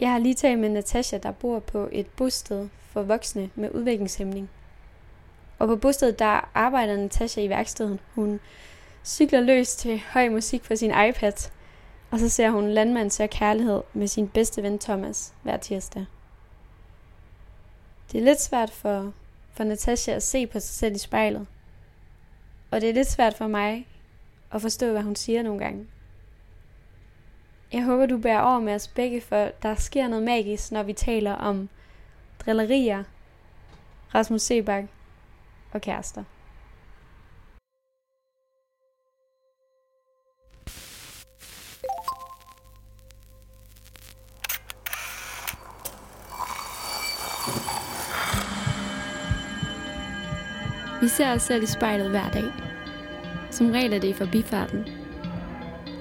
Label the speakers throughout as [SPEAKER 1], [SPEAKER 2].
[SPEAKER 1] Jeg har lige talt med Natasha, der bor på et bosted for voksne med udviklingshæmning. Og på bostedet, der arbejder Natasha i værkstedet. Hun cykler løs til høj musik på sin iPad, og så ser hun Landmand ser kærlighed med sin bedste ven Thomas hver tirsdag. Det er lidt svært for, for Natasha at se på sig selv i spejlet. Og det er lidt svært for mig at forstå, hvad hun siger nogle gange. Jeg håber, du bærer over med os begge, for der sker noget magisk, når vi taler om drillerier, Rasmus Sebak og kærester. Vi ser os selv i spejlet hver dag. Som regel er det i forbifarten.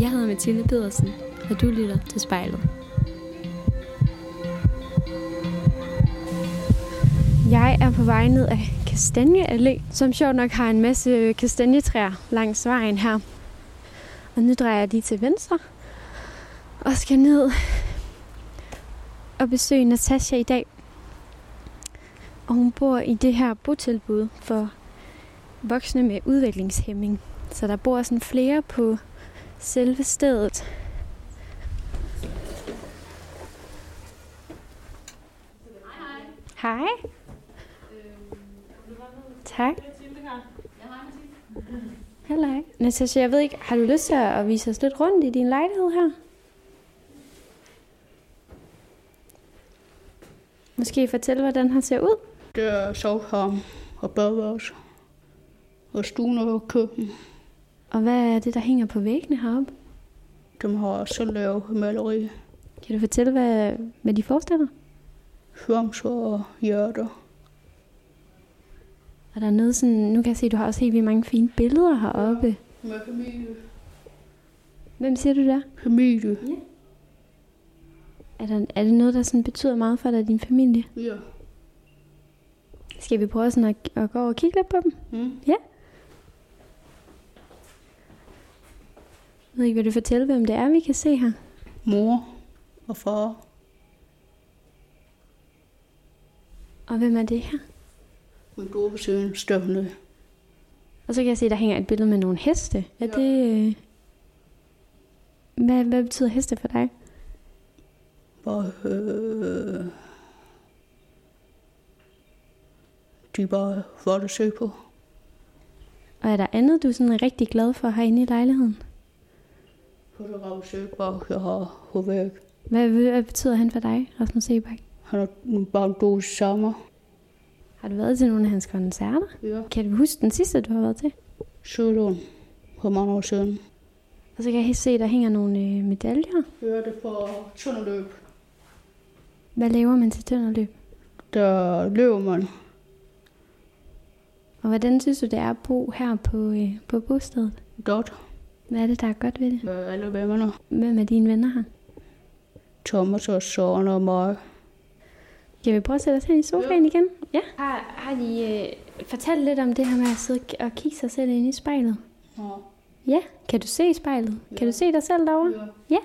[SPEAKER 1] Jeg hedder Mathilde Pedersen, og du lytter til spejlet. Jeg er på vej ned af Kastanje Allé, som sjovt nok har en masse øh, kastanjetræer langs vejen her. Og nu drejer jeg lige til venstre og skal ned og besøge Natasha i dag. Og hun bor i det her botilbud for voksne med udviklingshæmning. Så der bor sådan flere på selve stedet. Hej. Tak. Hej. Natasha, jeg ved ikke, har du lyst til at vise os lidt rundt i din lejlighed her? Måske fortælle, hvordan her ser ud?
[SPEAKER 2] Det er sovfarm og badeværelse og stuen og køkken.
[SPEAKER 1] Og hvad er det, der hænger på væggene heroppe?
[SPEAKER 2] Dem har jeg selv lavet maleri,
[SPEAKER 1] Kan du fortælle, hvad, hvad de forestiller?
[SPEAKER 2] svamser og hjerter.
[SPEAKER 1] Og der er noget sådan, nu kan jeg se, du har også helt vildt mange fine billeder heroppe.
[SPEAKER 2] Med familie.
[SPEAKER 1] Hvem siger du der?
[SPEAKER 2] Familie,
[SPEAKER 1] Er, der, er det noget, der sådan betyder meget for dig og din familie?
[SPEAKER 2] ja.
[SPEAKER 1] Skal vi prøve sådan at, at gå over og kigge lidt på dem?
[SPEAKER 2] Mm.
[SPEAKER 1] Jeg ved ikke, vil du fortælle, hvem det er, vi kan se her?
[SPEAKER 2] Mor og far.
[SPEAKER 1] Og hvem er det her?
[SPEAKER 2] Min gode søn, Stefanie.
[SPEAKER 1] Og så kan jeg se, der hænger et billede med nogle heste. Er
[SPEAKER 2] Ja.
[SPEAKER 1] det... Øh... Hvad, hvad betyder heste for dig?
[SPEAKER 2] Og øh, de er bare flot at se på.
[SPEAKER 1] Og er der andet, du sådan er rigtig glad for herinde i lejligheden?
[SPEAKER 2] Fotograf Sølbach, jeg har på væg.
[SPEAKER 1] Hvad, hvad betyder han for dig, Rasmus Sebak?
[SPEAKER 2] Han er bare en god sommer.
[SPEAKER 1] Har du været til nogle af hans koncerter?
[SPEAKER 2] Ja.
[SPEAKER 1] Kan du huske den sidste, du har været til?
[SPEAKER 2] Sølund for mange år siden.
[SPEAKER 1] Og så kan jeg helt se, der hænger nogle øh, medaljer.
[SPEAKER 2] Ja, det for Tønderløb.
[SPEAKER 1] Hvad laver man til tønderløb?
[SPEAKER 2] Der løber man.
[SPEAKER 1] Og hvordan synes du, det er at bo her på, øh, på bostedet?
[SPEAKER 2] Godt.
[SPEAKER 1] Hvad er det, der er godt ved det?
[SPEAKER 2] Med alle vennerne.
[SPEAKER 1] Hvem er dine venner her?
[SPEAKER 2] Thomas og Søren og mig.
[SPEAKER 1] Kan vi prøve at sætte os her i sofaen igen? Ja. Har, har de øh, fortalt lidt om det her med at sidde og kigge sig selv ind i spejlet?
[SPEAKER 2] Ja.
[SPEAKER 1] Ja. Kan du se i spejlet? Ja. Kan du se dig selv derovre?
[SPEAKER 2] Ja.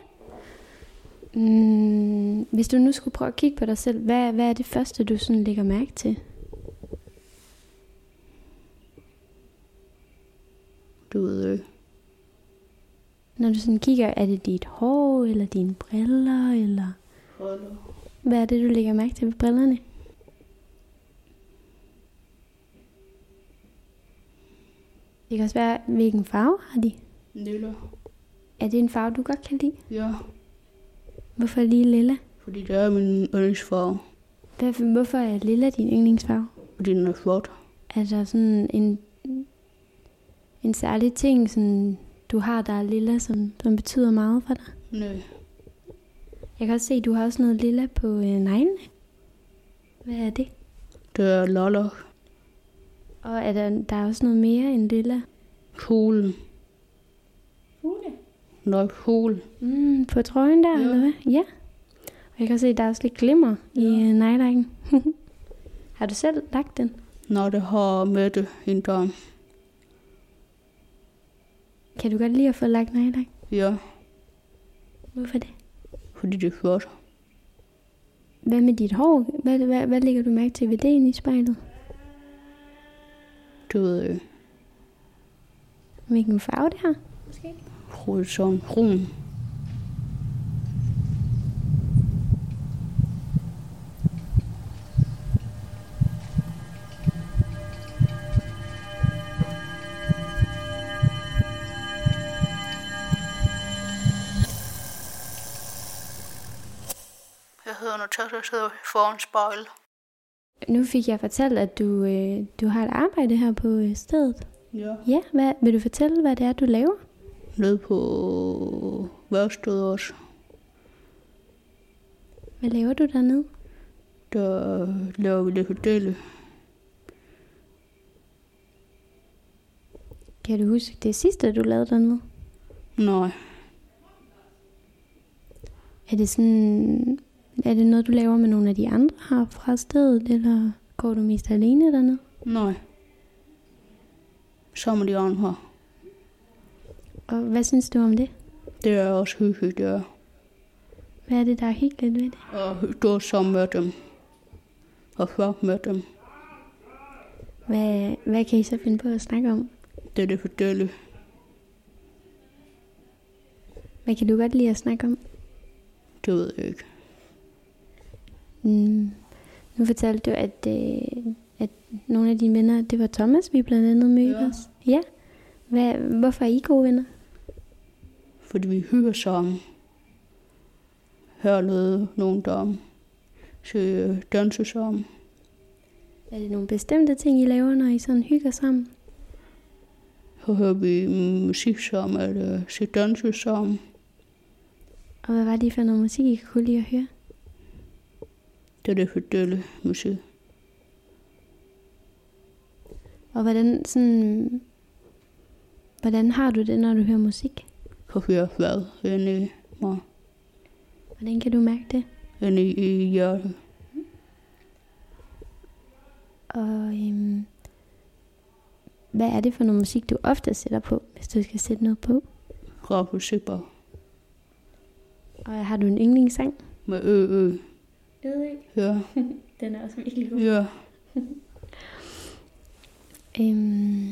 [SPEAKER 1] Mm, hvis du nu skulle prøve at kigge på dig selv, hvad, hvad er det første, du sådan lægger mærke til?
[SPEAKER 2] Du ved jeg ikke.
[SPEAKER 1] Når du sådan kigger, er det dit hår, eller dine briller, eller...
[SPEAKER 2] Hold da.
[SPEAKER 1] Hvad er det, du lægger mærke til ved brillerne? Det kan også være, hvilken farve har de?
[SPEAKER 2] Nilla.
[SPEAKER 1] Er det en farve, du godt kan lide?
[SPEAKER 2] Ja.
[SPEAKER 1] Hvorfor lige lilla?
[SPEAKER 2] Fordi det er min yndlingsfarve.
[SPEAKER 1] Hvad, hvorfor er lilla din yndlingsfarve?
[SPEAKER 2] Fordi den er flot.
[SPEAKER 1] Er der sådan en, en særlig ting, sådan, du har, der er lilla, som, som betyder meget for dig?
[SPEAKER 2] Nej.
[SPEAKER 1] Jeg kan også se, at du har også noget lilla på øh, neglene. Hvad er det?
[SPEAKER 2] Det er loller,
[SPEAKER 1] Og er der, der er også noget mere end lilla
[SPEAKER 2] kuglen,
[SPEAKER 1] fugle
[SPEAKER 2] nok kuglen.
[SPEAKER 1] mm, på trøjen der,
[SPEAKER 2] Ja.
[SPEAKER 1] ja. eller hvad? Ja. Og jeg kan også se, at der er også lidt glimmer ja. i øh, nejlækken. har du selv lagt den?
[SPEAKER 2] Når det har mødt en dom.
[SPEAKER 1] Kan du godt lide at få lagt nejlæk?
[SPEAKER 2] Ja,
[SPEAKER 1] Hvorfor det?
[SPEAKER 2] fordi det er flot.
[SPEAKER 1] Hvad med dit hår? Hvad, hvad, hvad lægger du mærke til ved det inde i spejlet?
[SPEAKER 2] Det ved jeg. ikke.
[SPEAKER 1] Hvilken farve det har?
[SPEAKER 2] Rød som brun. Jeg hedder Natasha, og sidder foran spejlet.
[SPEAKER 1] Nu fik jeg fortalt, at du, øh, du har et arbejde her på øh, stedet.
[SPEAKER 2] Ja.
[SPEAKER 1] Ja, hvad, vil du fortælle, hvad det er, du laver?
[SPEAKER 2] Nede på værkstedet også.
[SPEAKER 1] Hvad laver du dernede?
[SPEAKER 2] Der laver vi lidt fordele.
[SPEAKER 1] Kan du huske det sidste, du lavede dernede?
[SPEAKER 2] Nej,
[SPEAKER 1] Er det sådan... Er det noget, du laver med nogle af de andre her fra stedet, eller går du mest alene dernede?
[SPEAKER 2] nej. Som de andre her.
[SPEAKER 1] Og hvad synes du om det?
[SPEAKER 2] Det er også hyggeligt, det er.
[SPEAKER 1] Hvad er det, der er hyggeligt ved det?
[SPEAKER 2] Og stå sammen med dem. Og flok med dem.
[SPEAKER 1] Hvad, hvad kan I så finde på at snakke om?
[SPEAKER 2] Det er det fordele.
[SPEAKER 1] Hvad kan du godt lide at snakke om?
[SPEAKER 2] Det ved jeg ikke.
[SPEAKER 1] Mm. Nu fortalte du, at, øh, at nogle af dine venner, det var Thomas, vi blandt andet mødte
[SPEAKER 2] Ja.
[SPEAKER 1] os. Ja. Hvad, hvorfor er I gode venner?
[SPEAKER 2] Fordi vi hygger sammen. Hører noget, nogen derom. Så øh, danser sammen.
[SPEAKER 1] Er det nogle bestemte ting, I laver, når I sådan hygger sammen?
[SPEAKER 2] Så hører vi mm, musik sammen, eller så danser sammen.
[SPEAKER 1] Og hvad var det for noget musik, I kunne lide at høre?
[SPEAKER 2] Det er det fordele musik.
[SPEAKER 1] Og hvordan, sådan, hvordan har du det, når du hører musik?
[SPEAKER 2] Så hører jeg hvad inde i mig.
[SPEAKER 1] Hvordan kan du mærke det?
[SPEAKER 2] Inde i hjertet.
[SPEAKER 1] Og øhm, hvad er det for noget musik, du ofte sætter på, hvis du skal sætte noget på?
[SPEAKER 2] Rap musik bare.
[SPEAKER 1] Og har du en yndlingssang?
[SPEAKER 2] Med ø, ø.
[SPEAKER 1] Jeg ved ikke.
[SPEAKER 2] Ja,
[SPEAKER 1] Den er også virkelig
[SPEAKER 2] ja.
[SPEAKER 1] Øhm,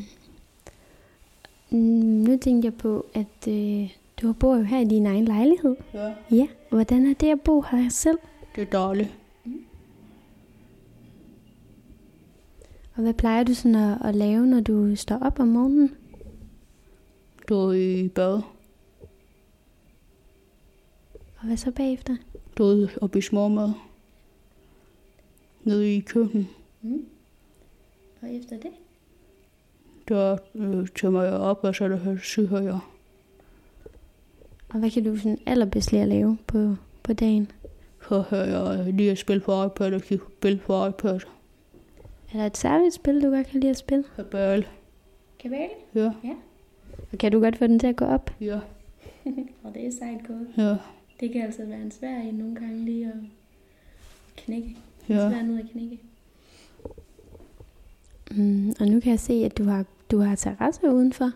[SPEAKER 1] mm, nu tænkte jeg på, at øh, du bor jo her i din egen lejlighed.
[SPEAKER 2] Ja,
[SPEAKER 1] Ja. Hvordan er det at bo her selv?
[SPEAKER 2] det er dårligt.
[SPEAKER 1] Og hvad plejer du sådan at, at lave, når du står op om morgenen?
[SPEAKER 2] Du er i bad.
[SPEAKER 1] Og hvad så bagefter?
[SPEAKER 2] Du er oppe i småmad. Nede i køkkenet.
[SPEAKER 1] Og efter det?
[SPEAKER 2] Der øh, tømmer jeg op, og så er der syger jeg.
[SPEAKER 1] Og hvad kan du sådan allerbedst lide at lave på, på dagen?
[SPEAKER 2] Så hører jeg lige at spille på iPad og kigge på spil på iPad.
[SPEAKER 1] Er der et særligt spil, du godt kan lide at spille?
[SPEAKER 2] Og bal.
[SPEAKER 1] Kabale.
[SPEAKER 2] Ja,
[SPEAKER 1] Og kan du godt få den til at gå op?
[SPEAKER 2] ja,
[SPEAKER 1] Og det er sejt gået.
[SPEAKER 2] ja,
[SPEAKER 1] Det kan altså være en svær i nogle gange lige at knække.
[SPEAKER 2] ja.
[SPEAKER 1] ned at knække. Mm, og nu kan jeg se, at du har, du har terrasse udenfor.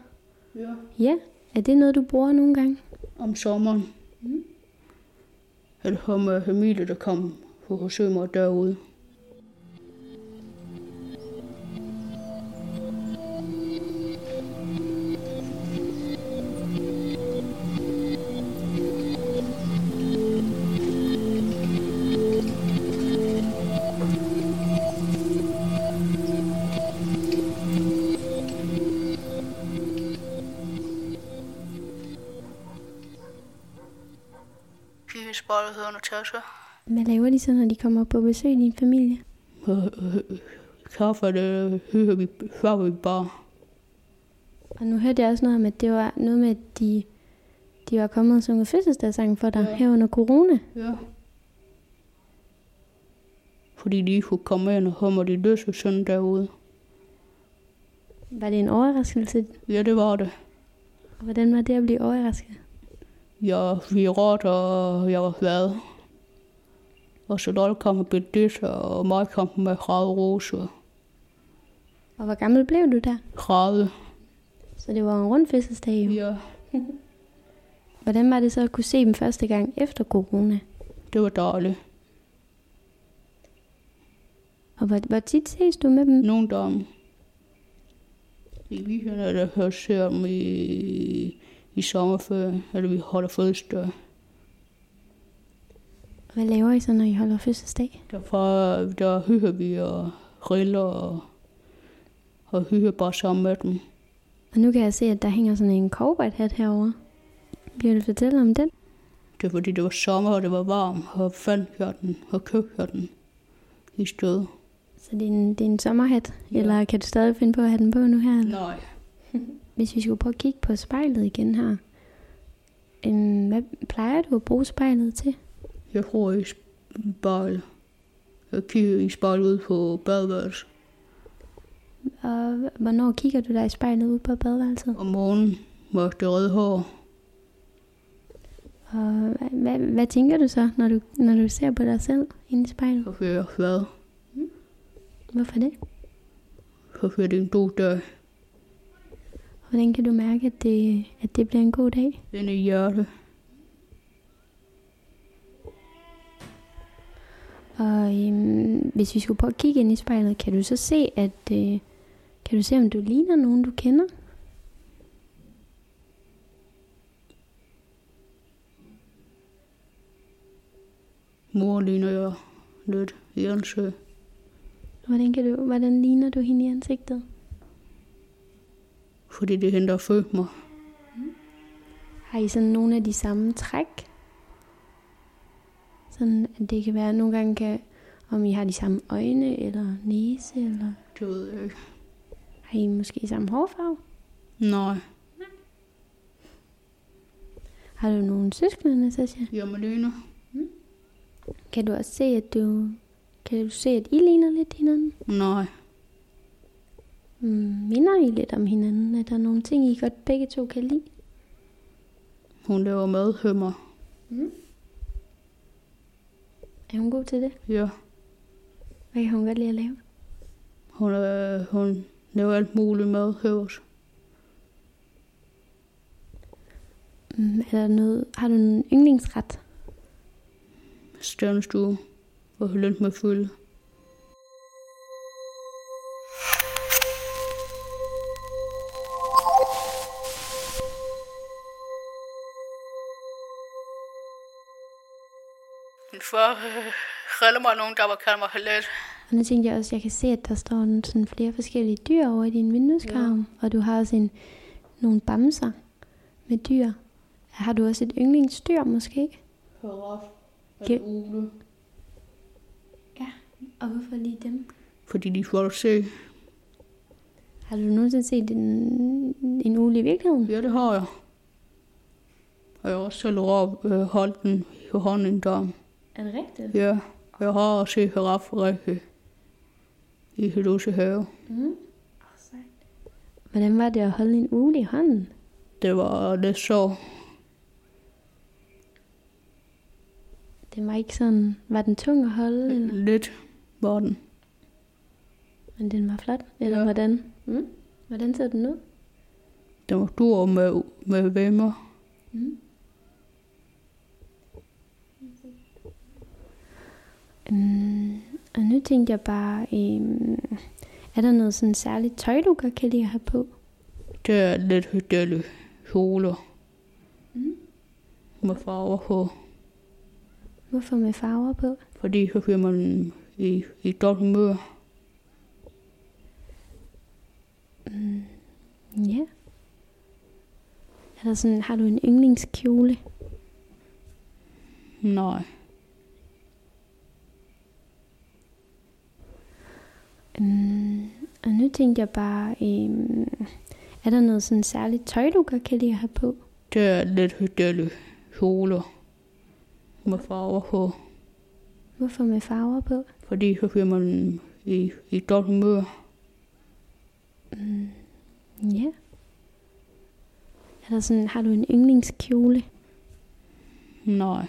[SPEAKER 2] ja.
[SPEAKER 1] Ja, er det noget, du bruger nogle gange?
[SPEAKER 2] Om sommeren.
[SPEAKER 1] Mm.
[SPEAKER 2] Eller kommer familie, øh, der kommer for at besøge mig derude. Pigespejlet hedder Natasha.
[SPEAKER 1] Hvad laver de så, når de kommer på besøg i din familie?
[SPEAKER 2] Øh, Kaffe, det hygger vi, før vi bare.
[SPEAKER 1] Og nu hørte jeg også noget om, at det var noget med, at de, De var kommet og sunget fødselsdagssang for dig
[SPEAKER 2] Ja.
[SPEAKER 1] ja. her under corona.
[SPEAKER 2] Ja. Fordi de ikke kunne komme ind og hummer de løse søn derude.
[SPEAKER 1] Var det en overraskelse?
[SPEAKER 2] Ja, det var det.
[SPEAKER 1] Hvordan var det at blive overrasket?
[SPEAKER 2] Jeg vi rådte, og jeg var glad. Og så Lotte kom og blev dit, og mig kom med 30 roser.
[SPEAKER 1] Og hvor gammel blev du der?
[SPEAKER 2] 30.
[SPEAKER 1] Så det var en rund fødselsdag jo.
[SPEAKER 2] Ja,
[SPEAKER 1] Hvordan var det så at kunne se dem første gang efter corona?
[SPEAKER 2] det var dejligt.
[SPEAKER 1] Og hvor, hvor tit ses du med dem?
[SPEAKER 2] Nogle dage. I weekenden der hører ser dem i, i sommerferien, eller vi holder fødselsdag.
[SPEAKER 1] Hvad laver I så, når I holder fødselsdag?
[SPEAKER 2] Derfor der hygger vi og griller og, og hygger bare sammen med dem.
[SPEAKER 1] Og nu kan jeg se, at der hænger sådan en cowboyhat herovre. Vil du fortælle om den?
[SPEAKER 2] Det var fordi, det var sommer, og det var varmt, og fandt jeg den, og købte jeg den i stedet.
[SPEAKER 1] Så det er en, det er en sommerhat?
[SPEAKER 2] Ja.
[SPEAKER 1] Ja. Eller kan du stadig finde på at have den på nu her? eller?
[SPEAKER 2] Nej.
[SPEAKER 1] Hvis vi skulle prøve at kigge på spejlet igen her. Øhm, hvad plejer du at bruge spejlet til?
[SPEAKER 2] Jeg tror i spejl. Jeg kigger i spejl ud på badeværelset
[SPEAKER 1] Og h- hvornår kigger du dig i spejlet ude på badeværelset?
[SPEAKER 2] om morgenen med det røde hår.
[SPEAKER 1] Og hvad, hvad tænker du så, når du, når du ser på dig selv inde i spejlet?
[SPEAKER 2] Så bliver jeg glad.
[SPEAKER 1] Hvorfor det?
[SPEAKER 2] Så bliver det en god dag.
[SPEAKER 1] Hvordan kan du mærke, at det, at det bliver en god dag?
[SPEAKER 2] Den i hjertet.
[SPEAKER 1] Og øhm, hvis vi skulle prøve at kigge ind i spejlet, kan du så se, at øh, kan du se, om du ligner nogen, du kender?
[SPEAKER 2] Mor ligner jeg lidt i ansøg.
[SPEAKER 1] Hvordan, kan du, hvordan ligner du hende i ansigtet?
[SPEAKER 2] Fordi det er hende, der fødte mig.
[SPEAKER 1] Har I sådan nogle af de samme træk? Sådan, at det kan være, at nogle gange kan, om I har de samme øjne eller næse, eller
[SPEAKER 2] Det ved jeg ikke.
[SPEAKER 1] har I måske samme hårfarve?
[SPEAKER 2] Nej.
[SPEAKER 1] Har du nogle søskende, Natasha?
[SPEAKER 2] Jeg er Malene.
[SPEAKER 1] Kan du også se, at du, kan du se, at I ligner lidt hinanden?
[SPEAKER 2] Nej.
[SPEAKER 1] Mm, Minder I lidt om hinanden? Er der nogle ting, I godt begge to kan lide?
[SPEAKER 2] Hun laver mad til mig.
[SPEAKER 1] Er hun god til det?
[SPEAKER 2] Ja.
[SPEAKER 1] Hvad kan hun godt lide at lave?
[SPEAKER 2] Hun, øh, hun laver alt muligt mad til os.
[SPEAKER 1] Mm, er der noget, har du en yndlingsret?
[SPEAKER 2] Stjernestue. Og lidt med fylde. Min far øh, redder mig nogen, der var kaldt mig Halet.
[SPEAKER 1] Og nu tænkte jeg også, at jeg kan se, at der står en- sådan flere forskellige dyr over i din vindueskarm. Ja. Og du har også en, nogle bamser med dyr. Har du også et yndlingsdyr måske?
[SPEAKER 2] Paraf.
[SPEAKER 1] Ge-
[SPEAKER 2] Eller ugle.
[SPEAKER 1] Og hvorfor lige dem?
[SPEAKER 2] Fordi de får at se.
[SPEAKER 1] Har du nogensinde set en, en ugle i virkeligheden?
[SPEAKER 2] Ja, det har jeg. Og jeg har også selv råb, øh, holdt den i hånden en gang.
[SPEAKER 1] Er det rigtigt?
[SPEAKER 2] Ja, og jeg har også set giraffer rigtig i Hedose have.
[SPEAKER 1] Mm. Hvordan var det at holde en ugle i hånden?
[SPEAKER 2] Det var lidt så.
[SPEAKER 1] Den var ikke sådan... Var den tung at holde? Eller?
[SPEAKER 2] Lidt var den.
[SPEAKER 1] Men den var flot. Eller
[SPEAKER 2] Ja.
[SPEAKER 1] ja. hvordan? Mm? Hvordan ser den ud?
[SPEAKER 2] Den var stor med, med vemmer.
[SPEAKER 1] Mm, og nu tænkte jeg bare... Øhm, er der noget sådan særligt tøj, du godt kan lide at have på?
[SPEAKER 2] Det er lidt hyggelige kjoler. Mm. Med farver på.
[SPEAKER 1] Hvorfor med farver på?
[SPEAKER 2] Fordi så bliver man i, i godt humør.
[SPEAKER 1] Ja. Er der sådan... Har du en yndlingskjole?
[SPEAKER 2] Nej.
[SPEAKER 1] Mm, og øhm, nu tænkte jeg bare... Øhm, er der noget sådan særligt tøj, du godt kan lide at have på?
[SPEAKER 2] Det er lidt hyggelige kjoler med farver på,
[SPEAKER 1] Hvorfor med farver på?
[SPEAKER 2] fordi så bliver man i, i godt humør.
[SPEAKER 1] Ja. Er der sådan, har du en yndlingskjole?
[SPEAKER 2] Nej,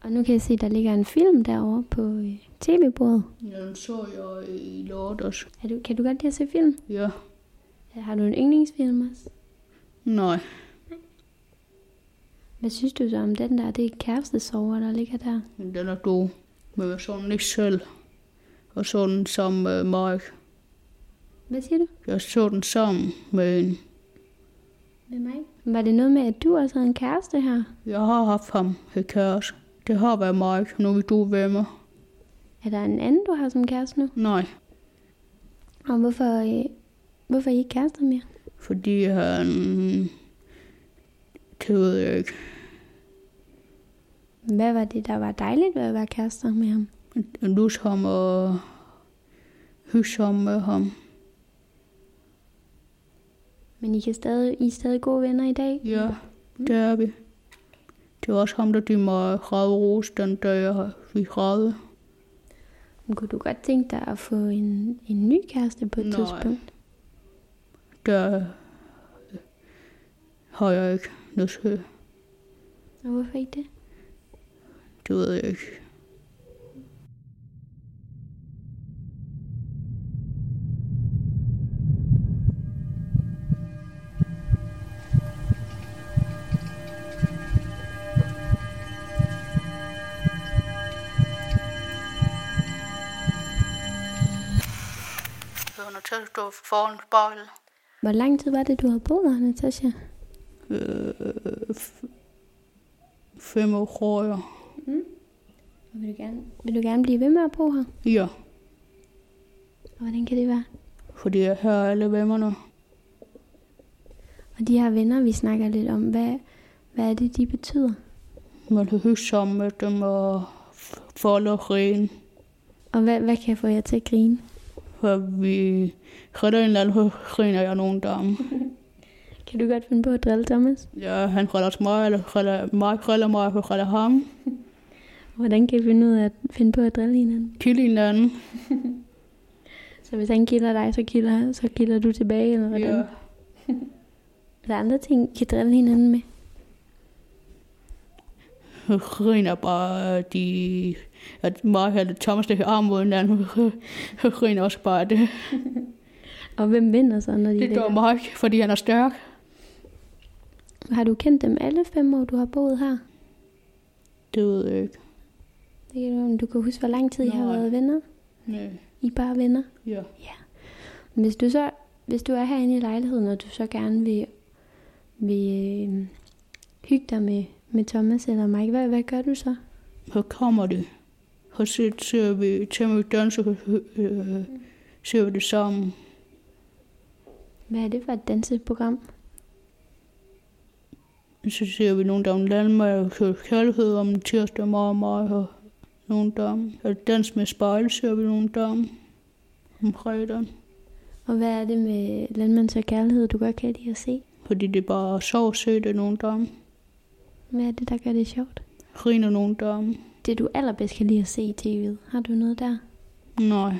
[SPEAKER 1] Og nu kan jeg se, der ligger en film derovre på øh, tv-bordet.
[SPEAKER 2] den så jeg i lørdags.
[SPEAKER 1] Er du, kan du godt lide at se film?
[SPEAKER 2] Ja,
[SPEAKER 1] Øh, Har du en yndlingsfilm også?
[SPEAKER 2] nej,
[SPEAKER 1] Hvad synes du så om den der? Det er kærestesover, der ligger der.
[SPEAKER 2] men den er god. Men jeg så den ikke selv. Jeg så den sammen med Mike.
[SPEAKER 1] Hvad siger du?
[SPEAKER 2] Jeg så den sammen med en.
[SPEAKER 1] Med mig? Var det noget med, at du også havde en kæreste her?
[SPEAKER 2] Jeg har haft ham til kæreste. Det har været Mike. Nu er vi du ved mig.
[SPEAKER 1] Er der en anden, du har som kæreste nu?
[SPEAKER 2] Nej,
[SPEAKER 1] Og hvorfor, øh, hvorfor er I ikke kærester mere?
[SPEAKER 2] fordi han... Det ved jeg ikke.
[SPEAKER 1] Hvad var det, der var dejligt ved at være kærester med ham?
[SPEAKER 2] lus ham og hygge ham med ham.
[SPEAKER 1] Men I, kan stadig, I er stadig gode venner i dag?
[SPEAKER 2] Ja, det er vi. Det var også ham, der gav mig ros den dag, jeg fik rave.
[SPEAKER 1] Men kunne du godt tænke dig at få en, en ny kæreste på et
[SPEAKER 2] Nej.
[SPEAKER 1] tidspunkt?
[SPEAKER 2] Der øh, har jeg ikke noget til.
[SPEAKER 1] Og hvorfor ikke det?
[SPEAKER 2] Det ved øh, jeg ikke. Jeg er nødt til at stå foran spejlet.
[SPEAKER 1] Hvor lang tid var det, du havde boet her, Natasha?
[SPEAKER 2] Øh, Fem år, tror jeg.
[SPEAKER 1] Og vil, du gerne... vil du gerne blive ved med at bo her?
[SPEAKER 2] Ja,
[SPEAKER 1] Og hvordan kan det være?
[SPEAKER 2] fordi jeg hører alle vennerne.
[SPEAKER 1] Og de her venner, vi snakker lidt om, hvad, hvad er det, de betyder?
[SPEAKER 2] Man kan hygge sammen med dem og f- folde og ren.
[SPEAKER 1] Og hvad, hvad kan få jer til at grine?
[SPEAKER 2] For vi redder en eller anden, så griner jeg nogle dage.
[SPEAKER 1] Kan du godt finde på at drille Thomas?
[SPEAKER 2] Ja, han redder til mig, eller redder, Mark redder mig, og jeg redder ham.
[SPEAKER 1] Hvordan kan I finde ud af at finde på at drille hinanden?
[SPEAKER 2] Kill en eller anden.
[SPEAKER 1] Så hvis han kilder dig, så kilder, så kilder du tilbage, eller hvordan?
[SPEAKER 2] Ja.
[SPEAKER 1] Er der andre ting, I kan drille hinanden med?
[SPEAKER 2] Så griner bare, at de, at Mark eller Thomas lægger arm mod hinanden. Så griner også bare af det.
[SPEAKER 1] Og hvem vinder så, når de
[SPEAKER 2] Det gør
[SPEAKER 1] ligger?
[SPEAKER 2] Mark, fordi han er stærk.
[SPEAKER 1] Har du kendt dem alle fem år, du har boet her?
[SPEAKER 2] Det ved jeg ikke.
[SPEAKER 1] Det kan du, om du kan huske, hvor lang tid I har
[SPEAKER 2] Nej.
[SPEAKER 1] været venner?
[SPEAKER 2] Nej.
[SPEAKER 1] I er bare venner?
[SPEAKER 2] Ja.
[SPEAKER 1] Men Hvis du, så, hvis du er herinde i lejligheden, og du så gerne vil, vil øh, hygge dig med, med Thomas eller Mike, hvad, hvad gør du så?
[SPEAKER 2] Så kommer det. Og så ser vi til at danse, og så øh, ser vi det sammen.
[SPEAKER 1] Hvad er det for et danseprogram?
[SPEAKER 2] Så ser vi nogle dage Danmark og kører kærlighed om tirsdag morgen mig og nogle dage. Og dans med spejl ser vi nogle dage om fredagen.
[SPEAKER 1] Og hvad er det med landmands og kærlighed, du godt kan lide at se?
[SPEAKER 2] Fordi det er bare sjovt at se det nogle dage.
[SPEAKER 1] Hvad er det, der gør det sjovt?
[SPEAKER 2] Griner nogle dage.
[SPEAKER 1] Det, du allerbedst kan lide at se i tv'et, har du noget der?
[SPEAKER 2] Nej.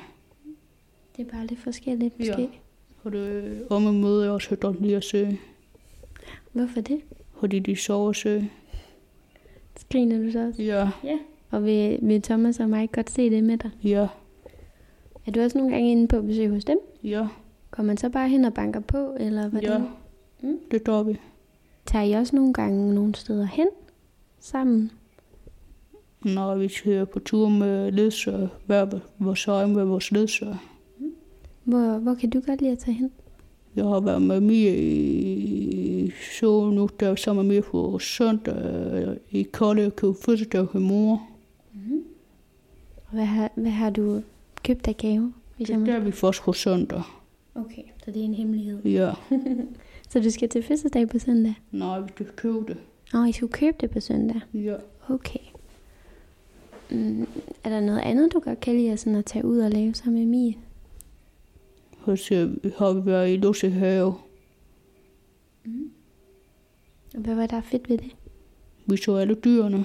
[SPEAKER 1] Det er bare lidt forskelligt,
[SPEAKER 2] Ja.
[SPEAKER 1] måske. Ja.
[SPEAKER 2] Og det omme møde jeg også godt lige at se.
[SPEAKER 1] Hvorfor det?
[SPEAKER 2] Fordi de sover at se.
[SPEAKER 1] Skriner du så også?
[SPEAKER 2] Ja,
[SPEAKER 1] Og vil, vil Thomas og Mike godt se det med dig?
[SPEAKER 2] ja,
[SPEAKER 1] Er du også nogle gange inde på besøg hos dem?
[SPEAKER 2] ja,
[SPEAKER 1] Kommer man så bare hen og banker på, eller hvordan?
[SPEAKER 2] ja.
[SPEAKER 1] Mm.
[SPEAKER 2] Det gør vi.
[SPEAKER 1] Tager I også nogle gange nogle steder hen sammen?
[SPEAKER 2] Når vi kører på tur med ledsager, hver vores øje med vores ledsager.
[SPEAKER 1] Hvor, hvor kan du godt lide at tage hen?
[SPEAKER 2] Jeg har været med Mia i så nu, der er sammen med Mia på søndag øh, i Kolde og købte fødselsdag til mor.
[SPEAKER 1] Og hvad har, hvad har du købt af gave? Hvis
[SPEAKER 2] Det er der, vi først på søndag.
[SPEAKER 1] Okay, så det er en hemmelighed.
[SPEAKER 2] Ja,
[SPEAKER 1] Så du skal til fødselsdag på søndag?
[SPEAKER 2] nej, vi skal købe det.
[SPEAKER 1] Nå, I skulle købe det på søndag.
[SPEAKER 2] Ja.
[SPEAKER 1] Okay. Mm, er der noget andet, du godt kan lide at sådan at tage ud og lave sammen med Mie?
[SPEAKER 2] Og så har vi været i Lussehave.
[SPEAKER 3] Hvad var der fedt ved det?
[SPEAKER 2] Vi så alle dyrene.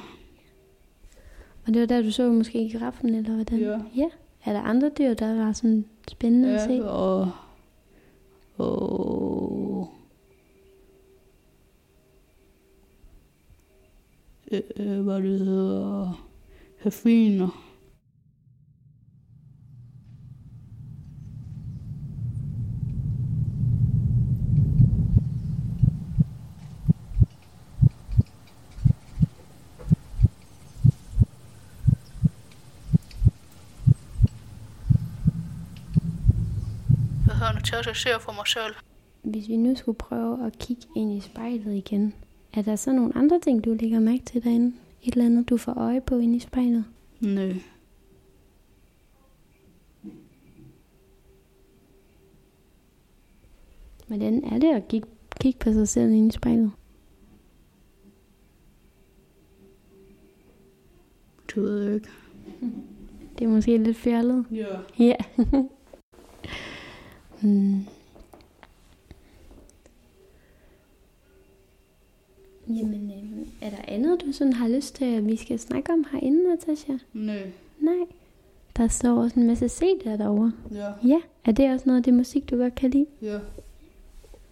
[SPEAKER 3] Og det var der, du så måske giraffen, eller hvordan?
[SPEAKER 2] Ja.
[SPEAKER 3] ja. Er der andre dyr, der var sådan spændende at se?
[SPEAKER 2] Ja, og... Og... Øh, øh, hvad det hedder... Hafiner. Jeg har nødt til at se for mig selv.
[SPEAKER 3] Hvis vi nu skulle prøve at kigge ind i spejlet igen, er der så nogle andre ting, du lægger mærke til derinde? Et eller andet, du får øje på inde i spejlet?
[SPEAKER 2] Nej.
[SPEAKER 3] Hvordan er det at kigge, kigge på sig selv inde i spejlet?
[SPEAKER 2] Det ved jeg ikke.
[SPEAKER 3] Det er måske lidt fjollet.
[SPEAKER 2] Ja.
[SPEAKER 3] Ja. mm. Jamen, øh, er der andet, du sådan har lyst til, at vi skal snakke om herinde, Natasha?
[SPEAKER 2] Nej.
[SPEAKER 3] Nej. Der står også en masse CD'er derovre.
[SPEAKER 2] Ja.
[SPEAKER 3] Ja, er det også noget af det musik, du godt kan lide?
[SPEAKER 2] Ja.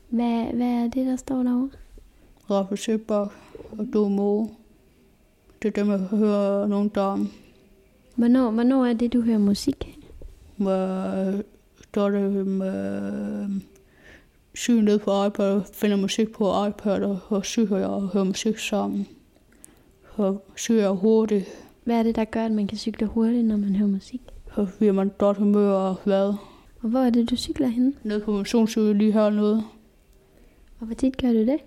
[SPEAKER 3] Hvad, hvad er det, der står derovre?
[SPEAKER 2] Raffe Søbak og Domo. Det er dem, jeg hører nogle dage
[SPEAKER 3] Hvornår, hvornår er det, du hører musik?
[SPEAKER 2] med, står det med syg ned på iPad, finder musik på iPad, og, og syger jeg og hører musik sammen. Så syger jeg hurtigt,
[SPEAKER 3] Hvad er det, der gør, at man kan cykle hurtigt, når man hører musik?
[SPEAKER 2] så bliver man godt humør og glad.
[SPEAKER 3] Og hvor er det, du cykler henne?
[SPEAKER 2] Ned på motionscykel lige hernede,
[SPEAKER 3] Og hvor tit gør du det?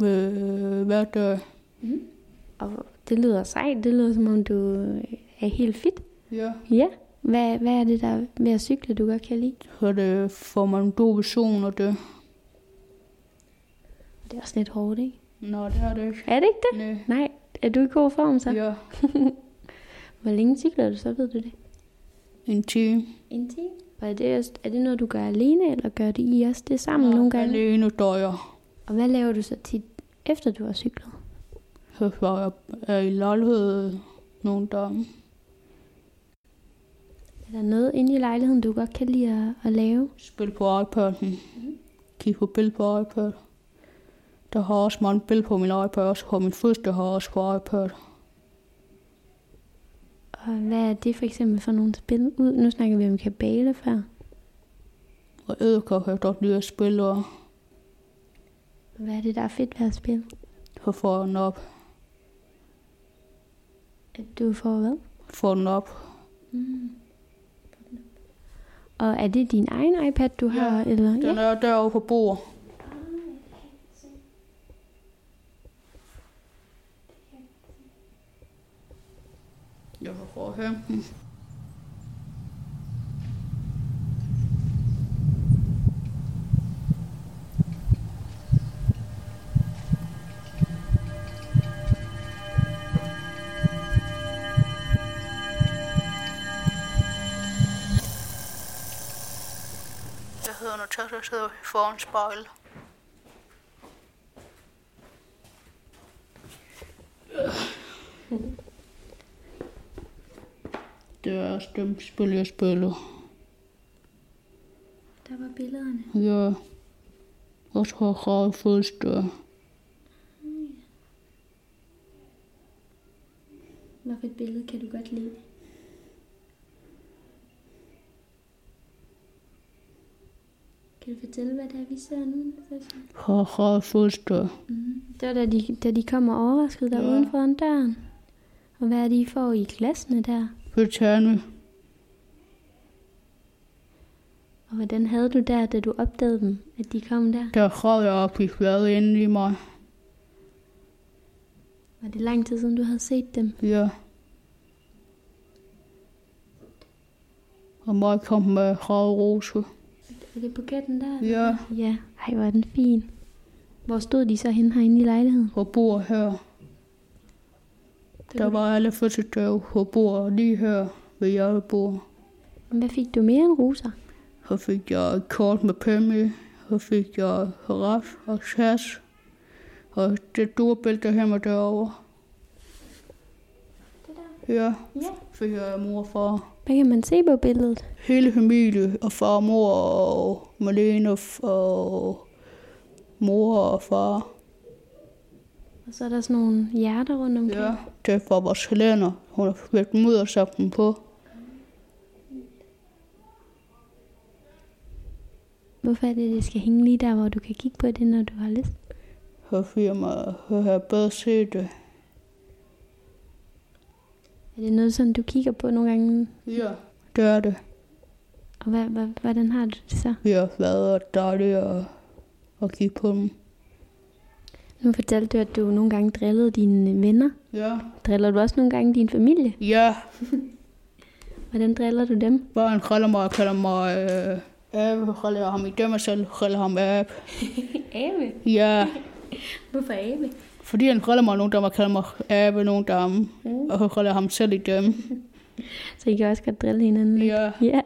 [SPEAKER 2] med øh, hver dag.
[SPEAKER 3] Og det lyder sejt. Det lyder, som om du øh, er helt fit.
[SPEAKER 2] Ja.
[SPEAKER 3] Ja. Hvad, hvad er det, der er ved at cykle, du godt kan lide?
[SPEAKER 2] Så det får man en god person, og det...
[SPEAKER 3] Det er også lidt hårdt, ikke?
[SPEAKER 2] Nå, det er det ikke.
[SPEAKER 3] Er det ikke det?
[SPEAKER 2] Nej.
[SPEAKER 3] Nej. Er du i god form så?
[SPEAKER 2] Ja.
[SPEAKER 3] Hvor længe cykler du så, ved du det?
[SPEAKER 2] En time.
[SPEAKER 3] En time. Og er det, også, er det noget, du gør alene, eller gør det I også det sammen nogle gange?
[SPEAKER 2] Alene døjer.
[SPEAKER 3] Og hvad laver du så tit, efter du har cyklet?
[SPEAKER 2] Så var jeg er i lejlighed nogle dage.
[SPEAKER 3] Er der noget inde i lejligheden, du godt kan lide at, at lave?
[SPEAKER 2] Spil på iPad'en. Kig på billeder på iPad. Der har også mange billeder på min iPad, også på min første har også på iPad.
[SPEAKER 3] Og hvad er det for eksempel for nogle spil? Ud, nu snakker vi om kabale før.
[SPEAKER 2] Og æderkop kan jeg godt lide at spille, og
[SPEAKER 3] Hvad er det, der er fedt ved at spille?
[SPEAKER 2] så får jeg den op.
[SPEAKER 3] At du får hvad?
[SPEAKER 2] Får den op.
[SPEAKER 3] Mm. Og er det din egen iPad, du
[SPEAKER 2] Ja,
[SPEAKER 3] har? Eller?
[SPEAKER 2] Den er derovre på bordet. Jeg har fået hjem. Jeg hedder Natasha, jeg sidder foran spejlet. Det er også dem spil, jeg spiller.
[SPEAKER 3] Der var billederne.
[SPEAKER 2] Jeg også har gravet fødselsdag.
[SPEAKER 3] Hvad for et billede kan du godt lide? Kan du fortælle, hvad det er, vi ser nu?
[SPEAKER 2] Har gravet fødselsdag.
[SPEAKER 3] Mm. Det var da de, da de kommer overrasket der
[SPEAKER 2] Ja.
[SPEAKER 3] ja. uden foran døren. Og hvad er det, I får i klassene der?
[SPEAKER 2] Britannia.
[SPEAKER 3] Og hvordan havde du der, da du opdagede dem, at de kom der?
[SPEAKER 2] Der græd jeg op i fladet inden i mig.
[SPEAKER 3] Var det lang tid siden, du havde set dem?
[SPEAKER 2] Ja. Og mig kom med grave rose.
[SPEAKER 3] Er det buketten der?
[SPEAKER 2] Ja.
[SPEAKER 3] Ja, ej, hvor er den fin. Hvor stod de så henne herinde i lejligheden?
[SPEAKER 2] Og bor her. Der var alle fødselsdage på bordet lige her ved jeg bor.
[SPEAKER 3] Hvad fik du mere end roser?
[SPEAKER 2] Så fik jeg et kort med Pemmy, så fik jeg raf og sas, Og det durbælte her med derovre. Ja,
[SPEAKER 3] Ja.
[SPEAKER 2] for jeg er mor og far.
[SPEAKER 3] Hvad kan man se på billedet?
[SPEAKER 2] Hele familie og far og mor og Malene og, f- og mor og far.
[SPEAKER 3] Og så er der sådan nogle hjerter rundt omkring.
[SPEAKER 2] Ja, det var vores kalender. Hun har været dem ud og sat dem på.
[SPEAKER 3] Hvorfor er det, det skal hænge lige der, hvor du kan kigge på det, når du har lyst?
[SPEAKER 2] Så firma og har bedre set det.
[SPEAKER 3] Er det noget, sådan du kigger på nogle gange?
[SPEAKER 2] Ja. Det er det.
[SPEAKER 3] Og hvad, hvad, hvordan har du det så?
[SPEAKER 2] Vi har været dejlige at, at kigge på dem.
[SPEAKER 3] Nu fortalte du, at du nogle gange drillede dine venner.
[SPEAKER 2] Ja.
[SPEAKER 3] Driller du også nogle gange din familie?
[SPEAKER 2] Ja,
[SPEAKER 3] Hvordan driller du dem?
[SPEAKER 2] børn kalder mig og kalder mig øh, Abe, kalder jeg ham i dømmer selv, kalder ham Abe.
[SPEAKER 3] Abe.
[SPEAKER 2] Ja,
[SPEAKER 3] Hvorfor Abe?
[SPEAKER 2] fordi han kalder mig nogle damer, kalder mig Abe nogle damer, og jeg kalder ham selv i dømme.
[SPEAKER 3] Så I kan også godt drille hinanden lidt?
[SPEAKER 2] Ja,
[SPEAKER 3] Ja.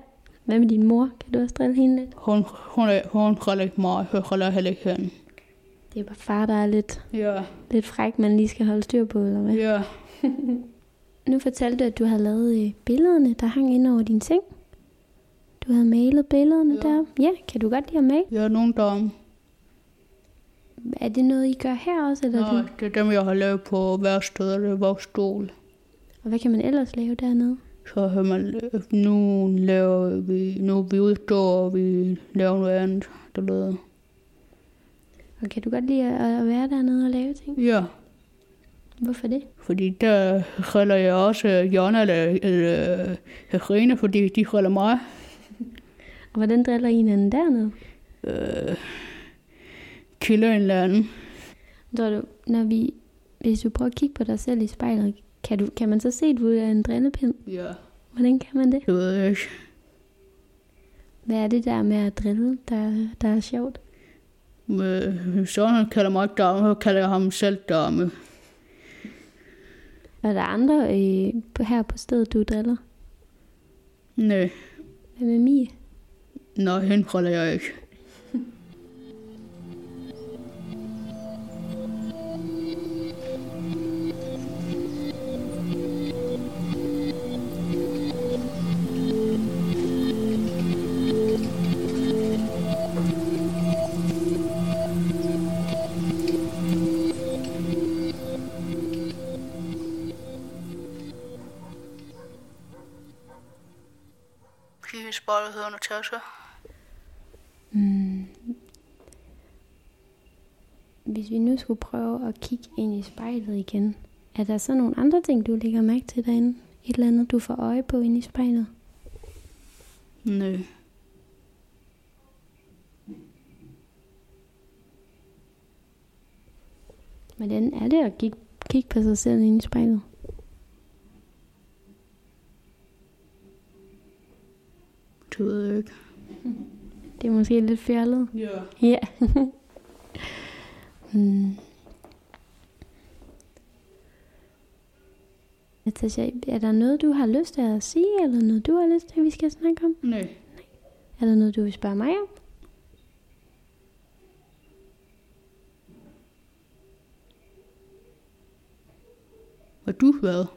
[SPEAKER 3] Hvad med din mor? Kan du også drille hende lidt?
[SPEAKER 2] hun, hun, er- hun kalder ikke mig, hun kalder heller ikke hende.
[SPEAKER 3] Det er bare far, der er lidt,
[SPEAKER 2] Ja,
[SPEAKER 3] lidt fræk, man lige skal holde styr på, eller hvad?
[SPEAKER 2] ja,
[SPEAKER 3] Nu fortalte du, at du havde lavet øh, billederne, der hang ind over din seng. Du havde malet billederne
[SPEAKER 2] Ja.
[SPEAKER 3] der. Ja, kan du godt lide at male?
[SPEAKER 2] ja, nogle damer.
[SPEAKER 3] Er det noget, I gør her også? Eller er
[SPEAKER 2] Nå,
[SPEAKER 3] det?
[SPEAKER 2] det er dem, jeg har lavet på værkstedet, eller vores stol.
[SPEAKER 3] Og hvad kan man ellers lave dernede?
[SPEAKER 2] Så har man, nu laver vi, nu er vi udstår, og vi laver noget andet, der lyder.
[SPEAKER 3] Og kan du godt lide at at være dernede og lave ting?
[SPEAKER 2] Ja.
[SPEAKER 3] Hvorfor det?
[SPEAKER 2] Fordi der holder jeg også øh, Jonna eller, eller Katrine, fordi de holder mig.
[SPEAKER 3] Og hvordan driller I hinanden dernede?
[SPEAKER 2] Øh, kilder en eller anden.
[SPEAKER 3] Tror du, når vi, hvis du prøver at kigge på dig selv i spejlet, kan, du, kan man så se, at du er en drillepind?
[SPEAKER 2] Ja.
[SPEAKER 3] Hvordan kan man det?
[SPEAKER 2] Det ved jeg ikke.
[SPEAKER 3] Hvad er det der med at drille, der, der er sjovt?
[SPEAKER 2] Men Øh, Søren kalder mig ikke dame, så kalder jeg ham selv dame.
[SPEAKER 3] Er der andre øh, på- her på stedet, du driller?
[SPEAKER 2] Nej,
[SPEAKER 3] Hvad med Mie?
[SPEAKER 2] nej, hende holder jeg ikke. Pigespejlet hedder Natasha.
[SPEAKER 3] Mm. Hvis vi nu skulle prøve at kigge ind i spejlet igen, er der så nogle andre ting, du lægger mærke til derinde? Et eller andet, du får øje på ind i spejlet?
[SPEAKER 2] Nej.
[SPEAKER 3] Hvordan er det at kigge, kigge på sig selv ind i spejlet?
[SPEAKER 2] Det ved jeg ikke.
[SPEAKER 3] Det er måske lidt fjollet.
[SPEAKER 2] Ja.
[SPEAKER 3] Ja. mm. Natasha, er der noget, du har lyst til at sige, eller noget, du har lyst til, at vi skal snakke om?
[SPEAKER 2] Nej.
[SPEAKER 3] Er der noget, du vil spørge mig om?
[SPEAKER 2] Har du været?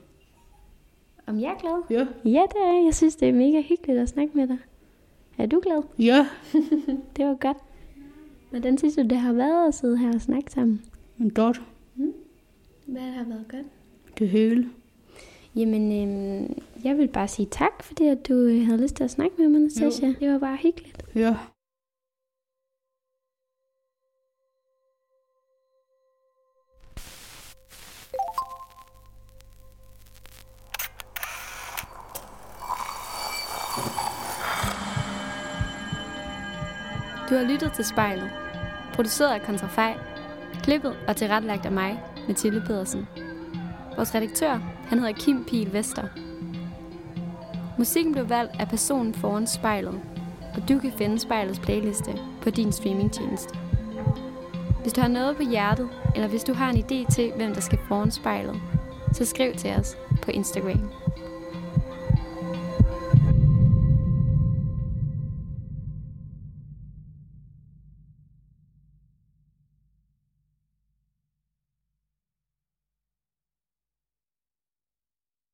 [SPEAKER 3] Om jeg er glad?
[SPEAKER 2] Ja.
[SPEAKER 3] Ja, det er jeg. Jeg synes, det er mega hyggeligt at snakke med dig. Er du glad?
[SPEAKER 2] Ja.
[SPEAKER 3] Det var godt. Hvordan synes du, det har været at sidde her og snakke sammen?
[SPEAKER 2] Men godt.
[SPEAKER 3] Hvad har været godt?
[SPEAKER 2] Det hele.
[SPEAKER 3] Jamen, øhm, jeg vil bare sige tak, fordi at du øh, havde lyst til at snakke med mig, Natasha. Det var bare hyggeligt.
[SPEAKER 2] Ja.
[SPEAKER 4] Du har lyttet til Spejlet. Produceret af Kontrafej. Klippet og tilrettelagt af mig, Mathilde Pedersen. Vores redaktør, han hedder Kim Pil Vester. Musikken blev valgt af personen foran spejlet, og du kan finde spejlets playliste på din streamingtjeneste. Hvis du har noget på hjertet, eller hvis du har en idé til, hvem der skal foran spejlet, så skriv til os på Instagram.